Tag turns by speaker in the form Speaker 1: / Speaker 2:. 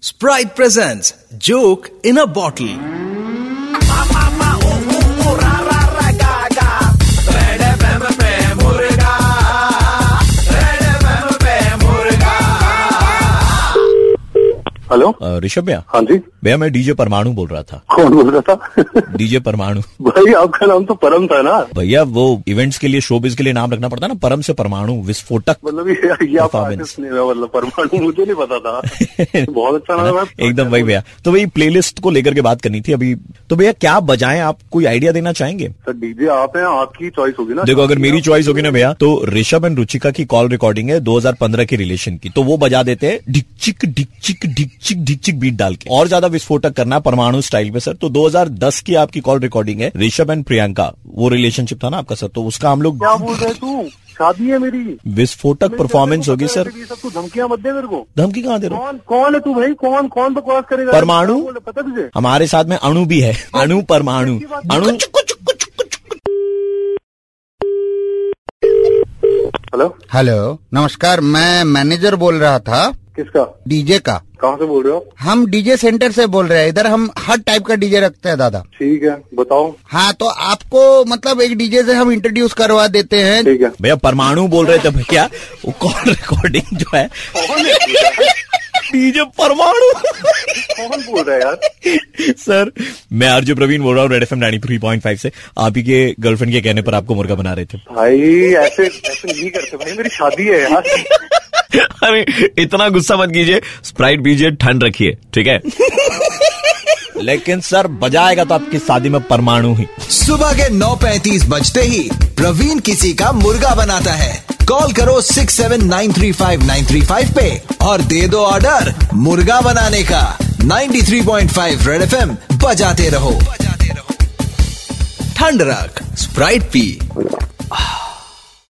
Speaker 1: Sprite presents Joke in a Bottle.
Speaker 2: Hello
Speaker 3: Rishabh भैया
Speaker 2: हाँ जी
Speaker 3: भैया मैं डीजे परमाणु बोल रहा था
Speaker 2: कौन बोल रहा था
Speaker 3: डीजे परमाणु
Speaker 2: भाई आपका नाम तो परम था ना
Speaker 3: भैया वो इवेंट्स के लिए शोबिज के लिए नाम रखना पड़ता है ना परम से परमाणु विस्फोटक
Speaker 2: मतलब ये ये आप
Speaker 3: Performance.
Speaker 2: आर्टिस्ट नहीं रहा मतलब परमाणु मुझे नहीं पता था बहुत अच्छा
Speaker 3: है
Speaker 2: नाम
Speaker 3: ना?
Speaker 2: है
Speaker 3: एकदम वही भैया तो वही प्लेलिस्ट को लेकर के बात करनी थी अभी तो भैया क्या बजाएं आप कोई आइडिया देना चाहेंगे
Speaker 2: सर तो डीजे आप हैं आपकी चॉइस होगी ना
Speaker 3: देखो अगर मेरी चॉइस होगी ना भैया तो ऋषभ एंड रुचिका की कॉल रिकॉर्डिंग है 2015 की रिलेशन की तो वो बजा देते हैं ढिकचिक ढिकचिक ढिकचिक ढिकचिक बीट डाल के और ज्यादा विस्फोटक करना है परमाणु स्टाइल में सर तो 2010 की आपकी कॉल रिकॉर्डिंग है ऋषभ एंड प्रियंका वो रिलेशनशिप था ना आपका सर तो उसका हम लोग
Speaker 2: क्या बोल रहे तू शादी है मेरी
Speaker 3: विस्फोटक परफॉर्मेंस होगी सर
Speaker 2: ये सब तू धमकियां मत दे मेरे को
Speaker 3: धमकी कहाँ दे रहे हो
Speaker 2: कौन कौन है तू भाई कौन कौन बकवास करेगा
Speaker 3: परमाणु?
Speaker 2: क्या बोल रहा है, पता तुझे
Speaker 3: हमारे साथ में अणु भी है अणु परमाणु अणु
Speaker 2: हेलो
Speaker 4: हेलो नमस्कार मैं मैनेजर बोल रहा था
Speaker 2: किसका
Speaker 4: डीजे का
Speaker 2: कहाँ से बोल रहे हो आप?
Speaker 4: हम डीजे सेंटर से बोल रहे हैं इधर हम हर टाइप का डीजे रखते हैं दादा
Speaker 2: ठीक है बताओ
Speaker 4: हाँ तो आपको मतलब एक डीजे से हम इंट्रोड्यूस करवा देते हैं
Speaker 2: ठीक है
Speaker 3: भैया परमाणु बोल रहे थे भैया वो कॉल रिकॉर्डिंग जो है
Speaker 2: कौन है तू यार?
Speaker 3: डीजे परमाणु
Speaker 2: कौन बोल रहा है यार
Speaker 3: सर मैं आरजे प्रवीण बोल रहा हूँ red F M nine three point five से आप ही के गर्लफ्रेंड के कहने पर आपको मुर्गा बना रहे थे
Speaker 2: भाई ऐसे ऐसे नहीं करते भाई मेरी शादी है यार
Speaker 3: अरे इतना गुस्सा मत कीजिए स्प्राइट पीजिए ठंड रखिए ठीक है लेकिन सर बजाएगा तो आपकी शादी में परमाणु ही
Speaker 1: सुबह के 9:35 बजते ही प्रवीण किसी का मुर्गा बनाता है कॉल करो 6793595 पे और दे दो ऑर्डर मुर्गा बनाने का 93.5 रेड एफएम बजाते रहो ठंड रख स्प्राइट पी